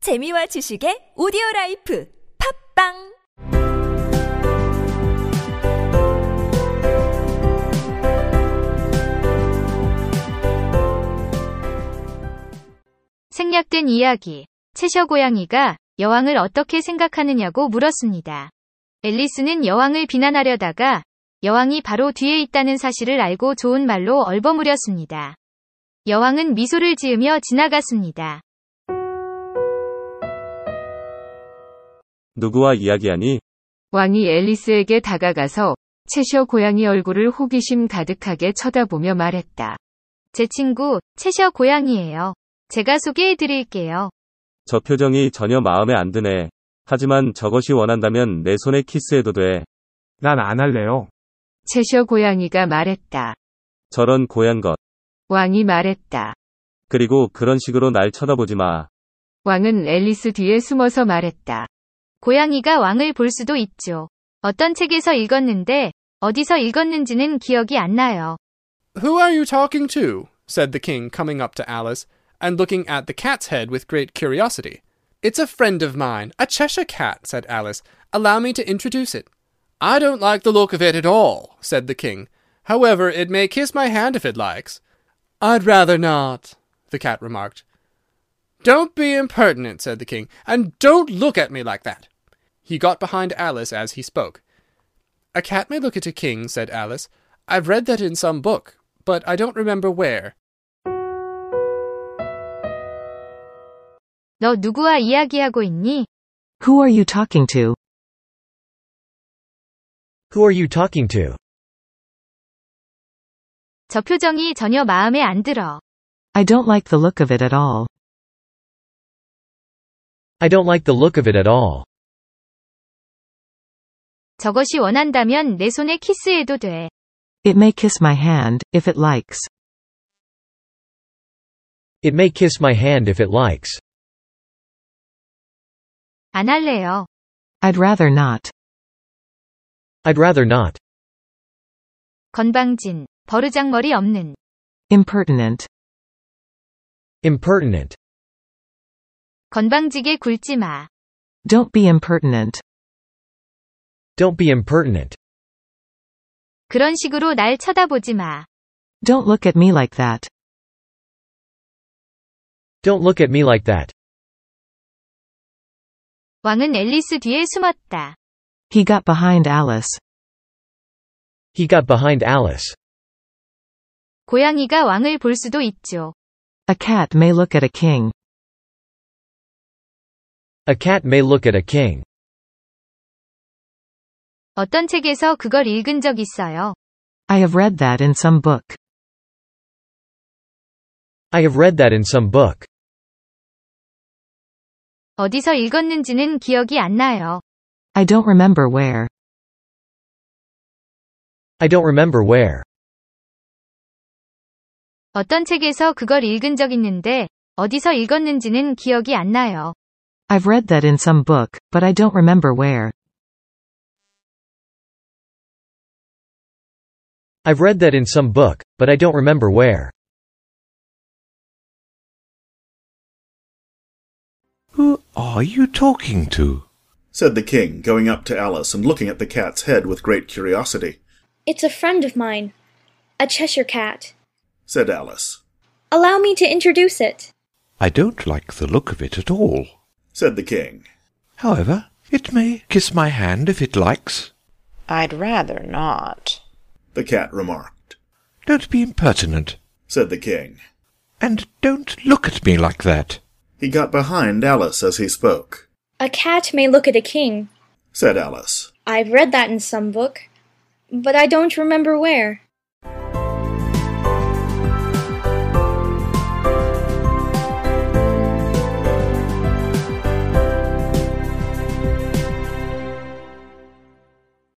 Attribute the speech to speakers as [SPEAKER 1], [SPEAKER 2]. [SPEAKER 1] 재미와 지식의 오디오 라이프 팝빵
[SPEAKER 2] 생략된 이야기. 채셔 고양이가 여왕을 어떻게 생각하느냐고 물었습니다. 앨리스는 여왕을 비난하려다가 여왕이 바로 뒤에 있다는 사실을 알고 좋은 말로 얼버무렸습니다. 여왕은 미소를 지으며 지나갔습니다.
[SPEAKER 3] 누구와 이야기하니?
[SPEAKER 4] 왕이 앨리스에게 다가가서 채셔 고양이 얼굴을 호기심 가득하게 쳐다보며 말했다.
[SPEAKER 2] 제 친구, 채셔 고양이예요. 제가 소개해 드릴게요.
[SPEAKER 3] 저 표정이 전혀 마음에 안 드네. 하지만 저것이 원한다면 내 손에 키스해도 돼.
[SPEAKER 5] 난 안 할래요.
[SPEAKER 4] 채셔 고양이가 말했다.
[SPEAKER 3] 저런 고얀 것.
[SPEAKER 4] 왕이 말했다.
[SPEAKER 3] 그리고 그런 식으로 날 쳐다보지 마.
[SPEAKER 4] 왕은 앨리스 뒤에 숨어서 말했다.
[SPEAKER 2] 고양이가 왕을 볼 수도 있죠. 어떤 책에서 읽었는데 어디서 읽었는지는 기억이 안 나요.
[SPEAKER 6] Who are you talking to? said the king, coming up to Alice, and looking at the cat's head with great curiosity. It's a friend of mine, a Cheshire cat, said Alice. Allow me to introduce it. I don't like the look of it at all, said the king. However, it may kiss my hand if it likes. I'd rather not, the cat remarked. Don't be impertinent, said the king, and don't look at me like that. He got behind Alice as he spoke. A cat may look at a king, said Alice. I've read that in some book, but I don't remember where.
[SPEAKER 2] 너 누구와 이야기하고 있니?
[SPEAKER 7] Who are you talking to?
[SPEAKER 8] Who are you talking to?
[SPEAKER 2] 저 표정이 전혀 마음에 안 들어.
[SPEAKER 7] I don't like the look of it at all.
[SPEAKER 8] I don't like the look of it at all.
[SPEAKER 2] 저것이 원한다면 내 손에 키스해도 돼.
[SPEAKER 7] It may kiss my hand, if it likes.
[SPEAKER 8] It may kiss my hand if it likes.
[SPEAKER 2] 안 할래요.
[SPEAKER 7] I'd rather not.
[SPEAKER 8] I'd rather not.
[SPEAKER 2] 건방진, 버르장머리 없는,
[SPEAKER 7] Impertinent.
[SPEAKER 8] Impertinent.
[SPEAKER 2] 건방지게 굴지 마.
[SPEAKER 7] Don't be impertinent.
[SPEAKER 8] Don't be impertinent.
[SPEAKER 2] 그런 식으로 날 쳐다보지 마.
[SPEAKER 7] Don't look at me like that.
[SPEAKER 8] Don't look at me like that.
[SPEAKER 2] 왕은 앨리스 뒤에 숨었다.
[SPEAKER 7] He got behind Alice.
[SPEAKER 8] He got behind Alice.
[SPEAKER 2] 고양이가 왕을 볼 수도 있죠.
[SPEAKER 7] A cat may look at a king.
[SPEAKER 8] A cat may look at a king.
[SPEAKER 2] 어떤 책에서 그걸 읽은 적 있어요.
[SPEAKER 7] I have read that in some book.
[SPEAKER 8] I have read that in some book.
[SPEAKER 2] 어디서 읽었는지는 기억이 안 나요.
[SPEAKER 7] I don't remember where.
[SPEAKER 8] I don't remember where.
[SPEAKER 2] 어떤 책에서 그걸 읽은 적 있는데 어디서 읽었는지는 기억이 안 나요.
[SPEAKER 7] I've read that in some book, but I don't remember where.
[SPEAKER 8] I've read that in some book, but I don't remember where.
[SPEAKER 9] Who are you talking to?
[SPEAKER 10] said the king, going up to Alice and looking at the cat's head with great curiosity.
[SPEAKER 11] It's a friend of mine, a Cheshire cat.
[SPEAKER 10] Said Alice.
[SPEAKER 11] Allow me to introduce it.
[SPEAKER 9] I don't like the look of it at all.
[SPEAKER 10] Said the king.
[SPEAKER 9] However, it may kiss my hand if it likes.
[SPEAKER 12] I'd rather not.
[SPEAKER 10] The cat remarked.
[SPEAKER 9] Don't be impertinent,
[SPEAKER 10] Said the king.
[SPEAKER 9] and don't look at me like that.
[SPEAKER 10] He got behind Alice as he spoke.
[SPEAKER 11] A cat may look at a king.
[SPEAKER 10] Said Alice.
[SPEAKER 11] I've read that in some book, but I don't remember where.